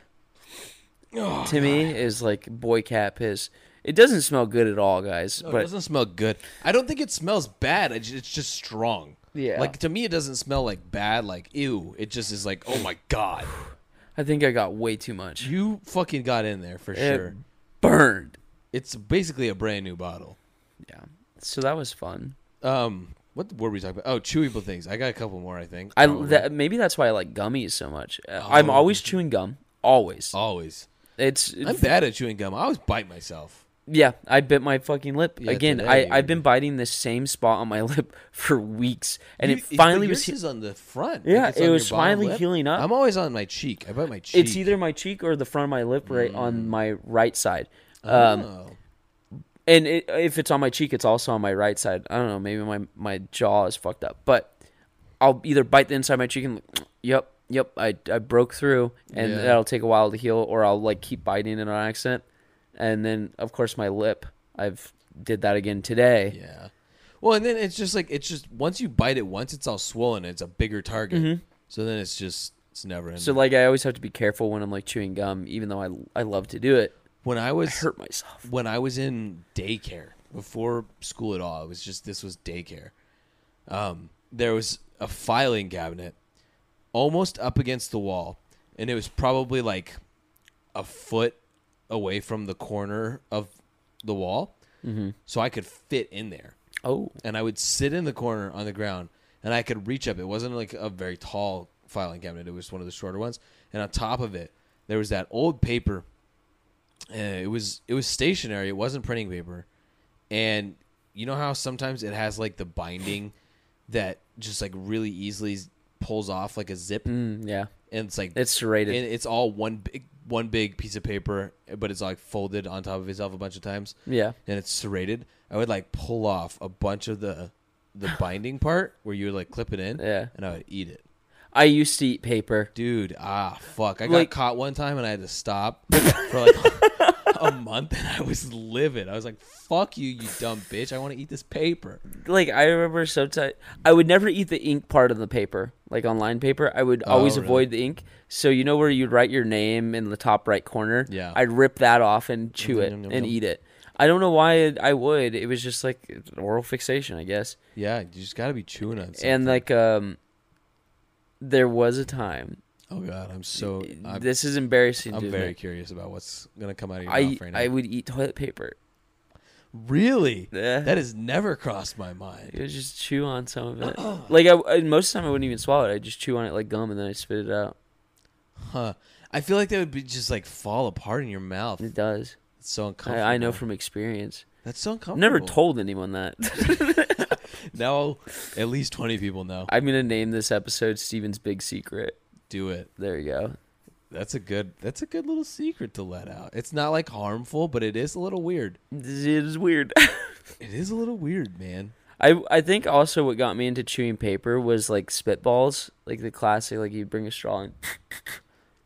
Oh,
to me. Is like boy cat piss. It doesn't smell good at all, guys.
No, it
but
doesn't smell good. I don't think it smells bad. I ju- It's just strong.
Yeah.
Like to me, it doesn't smell like bad. Like ew. It just is like, oh my god,
I think I got way too much.
you fucking got in there for
It
sure.
burned.
It's basically a brand new bottle.
Yeah. So that was fun.
Um, what were we talking about? Oh, chewable things. I got a couple more. I think.
I
Probably.
that, maybe that's why I like gummies so much. Uh,
Oh,
I'm always chewing gum. Always.
always.
It's
I'm bad at chewing gum. I always bite myf.
yeah. I bit my fucking lip
Yeah,
again.
today
I
you
I've been biting this same spot on my lip for weeks, and
You-
it
but
finally
yours
was. he-
is on the front.
Yeah,
it's
it
on your
was
bottom
finally
lip.
healing up.
I'm always on my cheek. I bite my cheek. Mm.
It's either my cheek or the front of my lip, right on my right side. Um,
Oh.
and it, if it's on my cheek, it's also on my right side. I don't know. Maybe my my jaw is fucked up, but I'll either bite the inside of my cheek and yep, yep, I I broke through, and
Yeah.
that'll take a while to heal, or I'll like keep biting it on accident, and then of course my lip. I've did that again today.
Yeah. Well, and then it's just like it's just once you bite it once, it's all swollen. It's a bigger target. So then it's just it's never ending.
Mm-hmm. So like I always have to be careful when I'm like chewing gum, even though I I love to do it.
when I was
I hurt myself.
when I was in daycare before school at all, it was just this was daycare. Um, there was a filing cabinet almost up against the wall, and it was probably like a foot away from the corner of the wall, mm-hmm. so I could fit in there.
Oh,
and I would sit in the corner on the ground and I could reach up. It wasn't like a very tall filing cabinet, it was one of the shorter ones. And on top of it, there was that old paper. Uh, it was it was stationary, it wasn't printing paper. And you know how sometimes it has like the binding that just like really easily s- pulls off like a zip
mm, yeah,
and it's like
it's serrated.
and it's all one big one big piece of paper, but it's like folded on top of itself a bunch of times
yeah,
and it's serrated, I would like pull off a bunch of the the binding part where you would like clip it in,
Yeah.
and I would eat it.
I used to eat paper.
Dude, ah, fuck! I
Like-
got caught one time and I had to stop for like a month and I was livid. I was like, fuck you, you dumb bitch. I want to eat this paper.
like I remember sometimes I would never eat the ink part of the paper, like on line paper. I would
Oh,
always
really?
avoid the ink. So you know where you'd write your name in the top right corner.
Yeah.
I'd rip that off and chew
Yum,
it
yum, yum,
and
yum.
eat it. I don't know why it, I would. It was just like it's an oral fixation, I guess.
Yeah, you just got to be chewing on something.
And like um, there was a time.
oh, God. I'm so. I'm,
this is embarrassing.
I'm
dude.
very curious about what's going to come out of your
I
mouth right now.
I would eat toilet paper.
really?
Yeah.
That has never crossed my
It
mind.
was just chew on some of it. like I, I- most of the time I wouldn't even swallow it. I would just chew on it like gum and then I spit it out.
Huh. I feel like that would be just like fall apart in your mouth.
It does.
It's so uncomfortable.
I, I know from experience.
That's so
I've
uncomfortable.
never told anyone that.
Now at least 20 people know.
I'm gonna name this episode Steven's Big Secret.
Do it.
There you go.
That's a good that's a good little secret to let out. It's not like harmful, but it is a little weird.
This is weird.
It is a little weird, man.
I I think also what got me into chewing paper was like spitballs, like the classic, like you bring a straw in.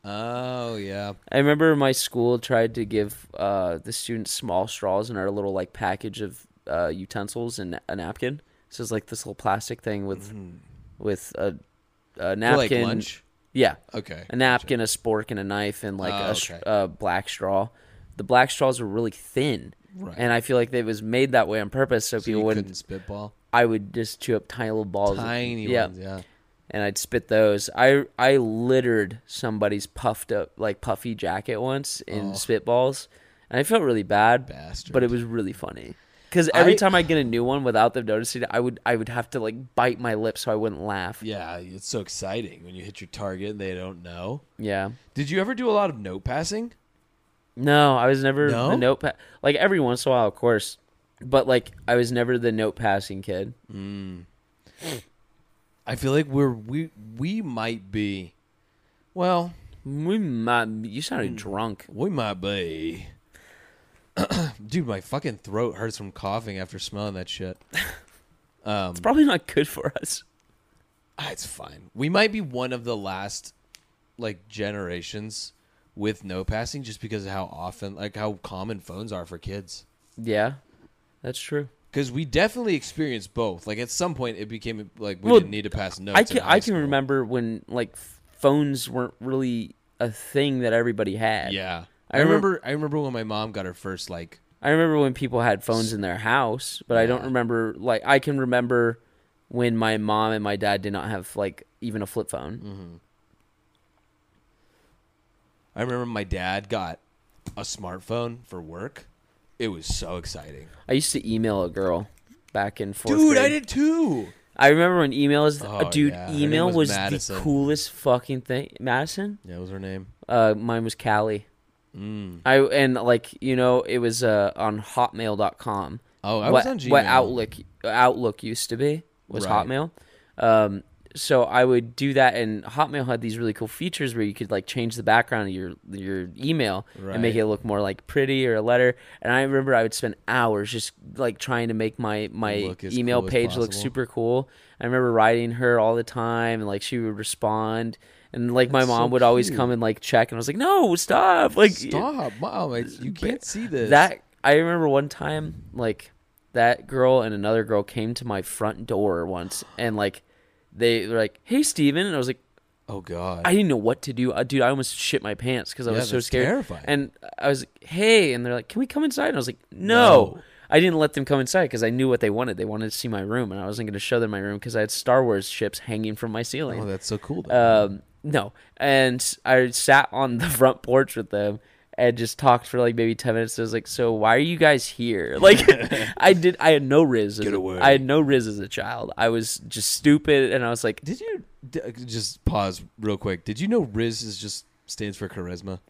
Oh yeah.
I remember my school tried to give uh, the students small straws in our little like package of uh, utensils and a napkin. So it's like this little plastic thing with with a, a
For,
napkin.
Like lunch?
Yeah,
Okay.
a napkin, a spork, and a knife, and like
Oh,
a, str
okay.
a black straw. The black straws were really thin,
Right.
and I feel like they was made that way on purpose so,
so you
people wouldn't.
couldn't spitball.
I would just chew up tiny little balls,
Tiny
yeah,
ones, yeah.
and I'd spit those. I I littered somebody's puffed up like puffy jacket once in
Oh.
spitballs, and I felt really bad,
Bastard.
but it was really funny. Because every
I-
time I get a new one without them noticing it, I would I would have to like bite my lip so I wouldn't laugh.
yeah, it's so exciting when you hit your target and they don't know.
yeah.
Did you ever do a lot of note passing?
No, I was never
No?
the notepad. Like every once in a while, of course, but like I was never the note passing kid.
I feel like we're we we might be well,
We might.
Hmm.
You sounded drunk.
we might be Dude, my fucking throat hurts from coughing after smelling that shit. Um
It's probably not good for us.
Ah, It's fine. We might be one of the last like generations with no passing just because of how often like how common phones are for kids.
Yeah, that's true.
Cuz we definitely experienced both. Like at some point it became like we
Well,
didn't need to pass notes.
I
in
can
high
I can
school.
remember when like phones weren't really a thing that everybody had.
Yeah.
I
I
remember-
remember I remember when my mom got her first like
I remember when people had phones in their house, but I don't
Yeah.
remember like I can remember when my mom and my dad did not have like even a flip phone.
Mm-hmm. I remember my dad got a smartphone for work. It was so exciting.
I used to email a girl back in fourth
Dude,
grade.
I did too.
I remember when email is,
Oh,
dude,
yeah. Her name
email
was
was, the
Madison.
coolest fucking thing. Madison?
Yeah, what was her name?
Uh, mine was Callie.
Mm.
I and like you know it was uh on Hotmail.com.
Oh, I
what,
was on Gmail.
What Outlook Outlook used to be was
Right.
Hotmail. Um, so I would do that, and Hotmail had these really cool features where you could like change the background of your your email and make
Right.
it look more like pretty or a letter. And I remember I would spend hours just like trying to make my my
Look as
email
cool as
page look
possible.
super cool. I remember writing her all the time, and like she would respond. And like my
That's so
mom would always
cute.
come and like check, and I was like, "No, stop!" Like
Stop, mom! it's- you can't see this.
that I remember one time like that girl and another girl came to my front door once and like they were like, "Hey Steven." and I was like,
oh god!
"I didn't know what to do. Uh, dude, I almost shit my pants cuz I
Yeah,
was so
that's
scared."
terrifying.
And I was like, "Hey." And they're like, "Can we come inside?" And I was like, "No."
No.
I didn't let them come inside cuz I knew what they wanted. They wanted to see my room and I wasn't going to show them my room cuz I had Star Wars ships hanging from my ceiling.
oh, that's so cool. Though.
Um, no. And I sat on the front porch with them and just talked for like maybe 10 minutes. I was like, so why are you guys here? Like, I did, I had no Riz. As
Get
a-
away.
I had no Riz as a child. I was just stupid. And I was like,
did you d- uh, just pause real quick? Did you know Riz is just stands for charisma?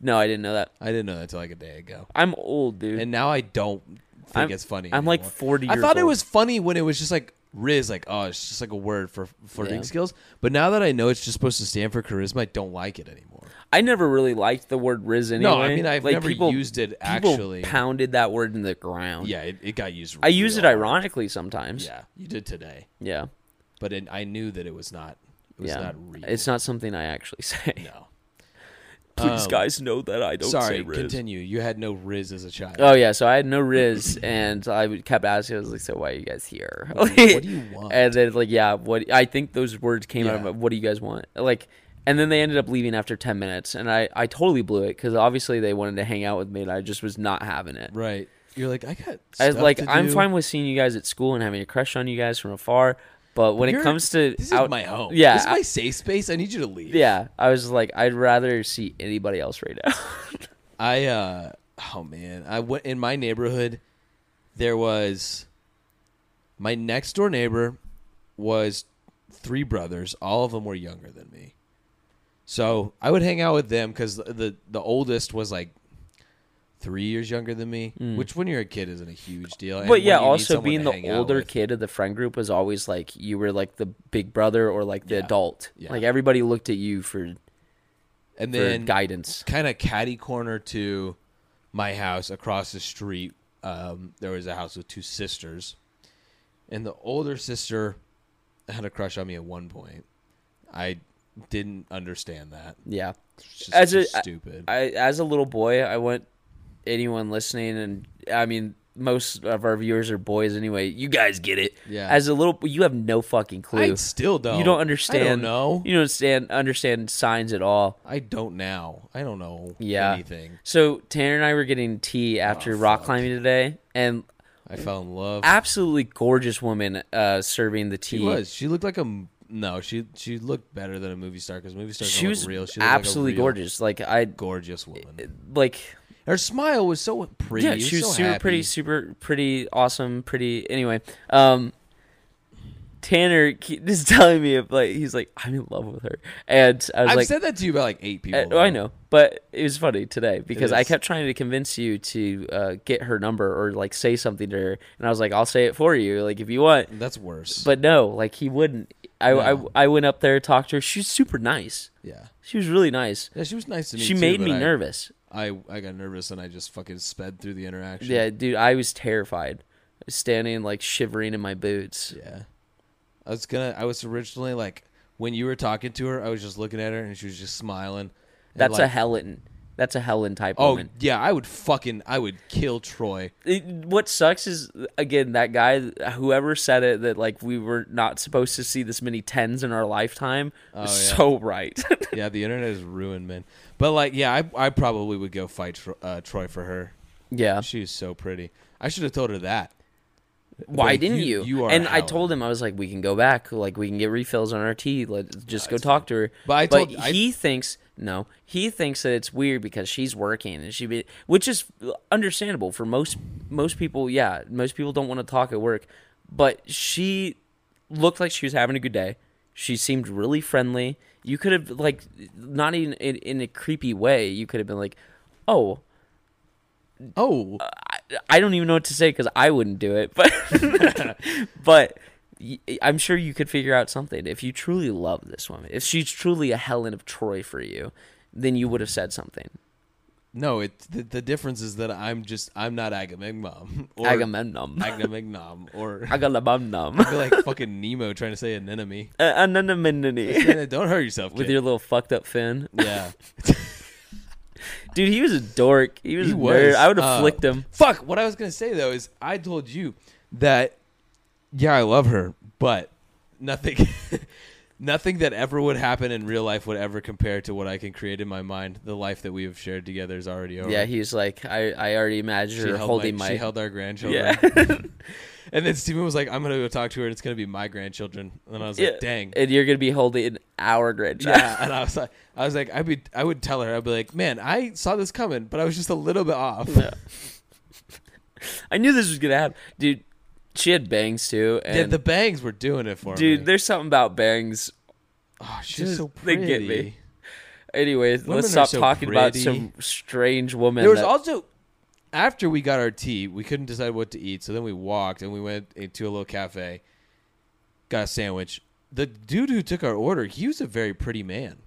no, I didn't know that.
I didn't know that until like a day ago,
I'm old, dude.
and now I don't think
I'm-
it's funny.
I'm like
anymore.
40
I
years
thought it
old.
was funny when it was just like Riz, like oh, it's just like a word for flirting
Yeah.
skills. But now that I know it's just supposed to stand for charisma, I don't like it anymore.
I never really liked the word Riz anyway.
No, I mean, I've never used it actually.
People pounded that word in the ground.
Yeah, it, it got used.
I use it
real hard.
ironically sometimes.
Yeah, you did today,
Yeah.
but it, I knew that it was not. It was
yeah.
not real.
It's not something I actually say.
no.
Please,
Um,
guys, know that I don't
Sorry,
say Riz.
continue. You had no Riz as a child.
Oh yeah, so I had no Riz, and I would- kept asking. I was like, "So why are you guys here?"
What do you- what do you want?
And then like, yeah, what I think those words came out of
Yeah.
my- what do you guys want? Like, and then they ended up leaving after ten minutes, and I I totally blew it because obviously they wanted to hang out with me, and I just was not having it.
Right. You're like, I got.
I
stuff
like
to
I'm
do.
fine with seeing you guys at school and having a crush on you guys from afar, but when it
You're-
comes to
This
out
is my home.
yeah,
This is my safe space. I need you to leave.
yeah, I was like, I'd rather see anybody else right now.
I uh oh man, I went in my neighborhood. There was my next door neighbor was three brothers. All of them were younger than me, so I would hang out with them because the, the the oldest was like three years younger than me, which when you're a kid isn't a huge deal. and
Mm. but
when
yeah,
you need
also
someone to
being the
hang out
older
with-
kid of the friend group was always like you were like the big brother or like the
Yeah.
adult.
Yeah.
Like everybody looked at you for,
and
for
then
guidance.
kind of catty corner to my house across the street um, there was a house with two sisters and the older sister had a crush on me at one point i didn't understand that
Yeah.
it's just,
As a-
just stupid
I as a little boy, I want anyone listening and I mean most of our viewers are boys anyway. You guys get it.
Yeah.
As a little you have no fucking
I,
clue.
still don't
You don't
i don't
understand
know
You don't understand understand signs at all.
i don't now i don't know
Yeah.
anything
So Tanner and I were getting tea after
Oh,
rock
fuck.
climbing today and
i fell in love
absolutely gorgeous woman uh serving the tea.
she was she looked like a m- no she she looked better than a movie star because movie stars
She
don't
was
look real she looked like a
absolutely
real
gorgeous. Like I
gorgeous woman
like
her smile was so pretty
yeah, she was
so
super
happy.
pretty, super pretty, awesome, pretty. Anyway, um, Tanner ke- is telling me like he's like I'm in love with her, and I was
I've
like,
said that to you about like eight people.
uh, oh, I
though.
know, but it was funny today because I
is.
kept trying to convince you to uh, get her number or like say something to her, and I was like, I'll say it for you, like if you want,
That's worse.
but no, like he wouldn't. I
No.
I, I went up there, talked to her. She was super nice.
yeah,
She was really nice.
yeah, she was nice to me.
she
too,
made
but
me
I-
nervous.
I I got nervous and I just fucking sped through the interaction.
Yeah, dude, I was terrified. I was standing like shivering in my boots.
yeah. I was gonna. I was originally like when you were talking to her, I was just looking at her and she was just smiling. and,
That's a
like,
Helen. That's a Helen type
Oh
woman.
yeah, I would fucking I would kill Troy.
It- what sucks is again that guy, whoever said it, that like we were not supposed to see this many tens in our lifetime. was
yeah.
So right.
yeah, the internet is ruined, man. But like, yeah, I I probably would go fight Tro- uh, Troy for her.
yeah.
She was so pretty. I should have told her that.
Why
Like,
didn't you?
you- you are
and I
Helen.
told him I was like, we can go back. Like we can get refills on our tea. Let just go talk to her.
But I
but
told- I-
he thinks no. He thinks that it's weird because she's working and she be, which is understandable for most most people. Yeah, most people don't want to talk at work. But she looked like she was having a good day. She seemed really friendly. You could have like not even in, in a creepy way. You could have been like, oh.
Oh,
I, I don't even know what to say because I wouldn't do it, but but y- I'm sure you could figure out something if you truly love this woman. If she's truly a Helen of Troy for you, then you would have said something.
No, it the, the difference is that I'm just I'm not Agamemnon or
Agamemnon,
Agamemnon or I
Agamemnon,
feel like fucking Nemo trying to say an enemy.
Uh, Anemone.
Don't hurt yourself
with
kid.
your little fucked up fin,
yeah.
dude. He was a dork. He was a nerd. I would have
uh,
flicked him.
Fuck. What I was gonna say though is I told you that yeah I love her, but nothing, nothing that ever would happen in real life would ever compare to what I can create in my mind. The life that we have shared together is already over.
Yeah, he was like, I, I already imagined her
held
holding
my,
my.
she held our grandchildren.
yeah,
And then Steven was like, I'm going to go talk to her and it's going to be my grandchildren. And then I was
yeah,
like, dang.
And you're gonna be holding our grandchild.
yeah. And I was like, I was like, I'd be, I would tell her, I'd be like, man, I saw this coming, but I was just a little bit off.
I knew this was gonna happen, dude. She had bangs too, and
Yeah, the bangs were doing it for
dude,
me.
there's something about bangs.
oh, she's so
they
pretty.
get me. Anyway,
Women
let's
are
stop
so
talking about
pretty.
some strange woman.
There was
that-
also, after we got our tea, we couldn't decide what to eat. So then we walked and we went into a little cafe, got a sandwich. The dude who took our order, he was a very pretty man.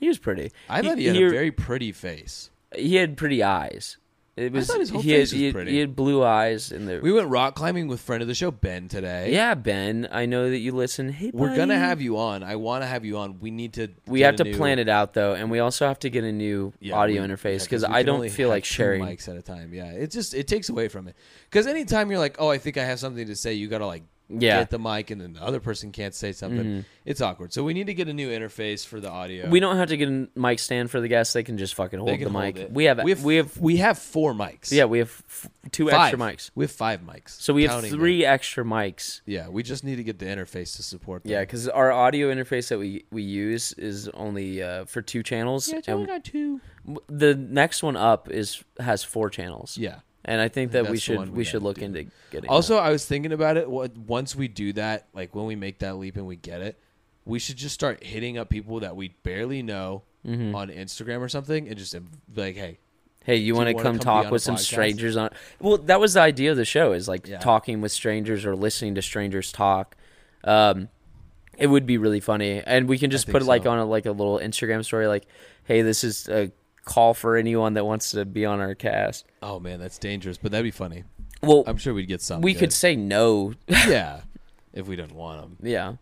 he was pretty.
I thought he, had a very pretty face.
he had pretty eyes. It was
thought his whole
he
face
had,
was
he, had,
pretty.
he had blue eyes and the
We went rock climbing with friend of the show Ben today.
yeah Ben. I know that you listen. Hey,
We're gonna
buddy.
have you on. I want to have you on. We need to.
we
get
have
a
to
new-
plan it out though, and we also have to get a new
Yeah,
audio
we- yeah,
interface because
we
I
can only
don't feel
have
like
two
sharing.
mics at a time. Yeah, it just it takes away from it. Because anytime you're like, oh, I think I have something to say, you gotta like
Yeah. Mm-hmm.
get the mic, and then the other person can't say something. It's awkward. So we need to get a new interface for the audio.
We don't have to get a mic stand for the guests; they can just fucking hold
They can
the
hold
mic.
it.
We have we have,
we have four mics.
yeah we have f- two
five.
extra mics,
We have five mics.
so we have
counting them.
three extra mics.
Yeah, we just need to get the interface to support. Them.
Yeah, because our audio interface that we we use is only uh, for two channels, and
got two.
w- the next one up is has four channels.
Yeah.
and I think that
that's
we
the
should
one
we,
we
should
gotta
look
do.
into getting.
Also, I was thinking about it. what- Once we do that, like when we make that leap and we get it, we should just start hitting up people that we barely know
Mm-hmm.
on Instagram or something, and just be like, "Hey,
that. hey, you
do you
want to
wanna
come
come be
talk
on
with
a
some
podcast?
strangers on? Well, that was the idea of the show is like
Yeah.
talking with strangers or listening to strangers talk. Um, it would be really funny, and we can just
think
put it like
so.
on a, like a little Instagram story, like, "Hey, this is a call for anyone that wants to be on our cast."
oh man, that's dangerous," but that'd be funny.
Well,
I'm sure we'd get some.
we could
good.
say no.
yeah, if we didn't want them.
yeah.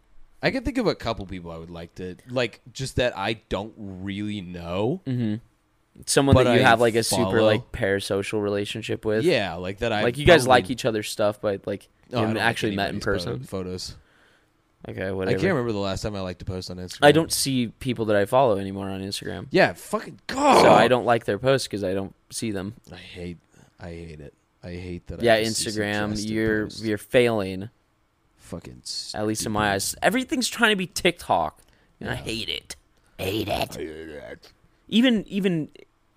I can think of a couple people I would like to like, just that I don't really know.
Mm-hmm. someone
but
that you
I
have like a super
follow.
like parasocial relationship with.
Yeah, like that. I
like you guys like
probably-
each other's stuff, but like you
Oh, I
haven't
don't like
actually met in
anybody's photo-
person.
Photos.
Okay, whatever.
I can't remember the last time I liked to post on Instagram.
I don't see people that I follow anymore on Instagram,
Yeah, fucking god.
so I don't like their posts because I don't see them.
I hate. I hate it. I hate that.
yeah,
I just see
Instagram,
suggested
you're
posts.
you're failing.
fucking. Stupid.
At least in my eyes, everything's trying to be TikTok, and I
Yeah.
hate it. Hate it. Even even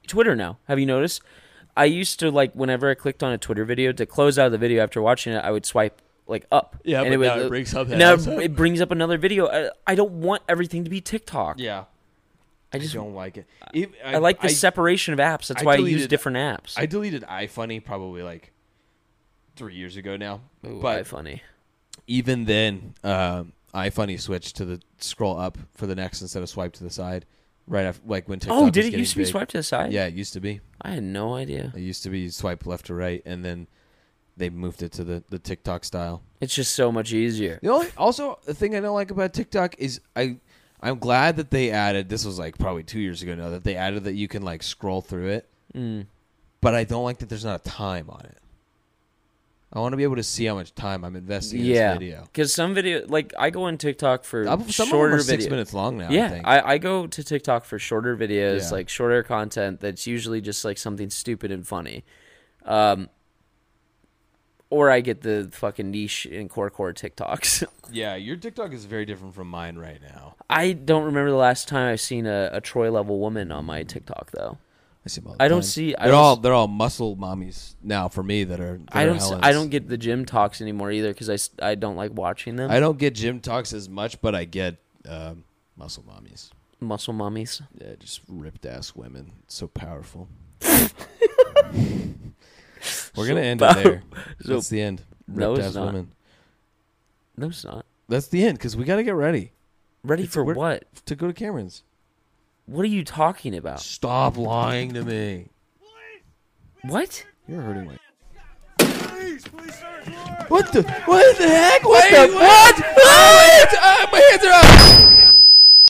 Twitter now. Have you noticed? I used to like whenever I clicked on a Twitter video to close out of the video after watching it, I would swipe like up.
Yeah,
and
but
would-
now it brings up that
now
episode.
it brings up another video. I, I don't want everything to be TikTok.
Yeah,
I
I
just
don't like it. If-
I, like the
I,
separation of apps. That's
I
why I use
deleted-
different apps.
I deleted iFunny probably like three years ago now,
Ooh,
but
funny.
even then, um, iFunny switched to the scroll up for the next instead of swipe to the side. Right after, like when TikTok
Oh,
was
did it
getting
used to be
big.
swiped to the side?
Yeah, it used to be.
I had no idea.
It used to be swipe left to right, and then they moved it to the the TikTok style.
It's just so much easier.
The only also the thing I don't like about TikTok is I I'm glad that they added this was like probably two years ago now that they added that you can like scroll through it,
Mm.
but I don't like that there's not a time on it. I want to be able to see how much time I'm investing
Yeah,
in this video.
because some video like I go on TikTok for
I'm- Some
shorter
of them are six
videos.
minutes long now. I
Yeah,
think.
I, I, go to TikTok for shorter videos,
Yeah.
like shorter content that's usually just like something stupid and funny. Um, or I get the fucking niche and core core TikToks.
yeah, your TikTok is very different from mine right now.
I don't remember the last time I've seen a, a Troy level woman on my TikTok though.
I see. Them all the
I don't
time.
see. I
They're
don't,
all they're all muscle mommies now for me that are. That
I
are
don't. s-
Helens.
I don't get the gym talks anymore either because I, s- I don't like watching them.
I don't get gym talks as much, but I get um, muscle mommies.
Muscle mummies.
Yeah, just ripped ass women. So powerful. We're gonna end
pow-
it there.
so-
That's the end. Ripped
No, it's
ass
not.
women.
No, it's not.
That's the end because we gotta get ready
Ready
It's-
for
we're-
what?
to go to Cameron's.
What are you talking about?
Stop lying to me.
What?
You're hurting my.
Please, please, sir, George.
What the? What the heck? What the?
what?
What? Ah, my hands- ah, my hands are up.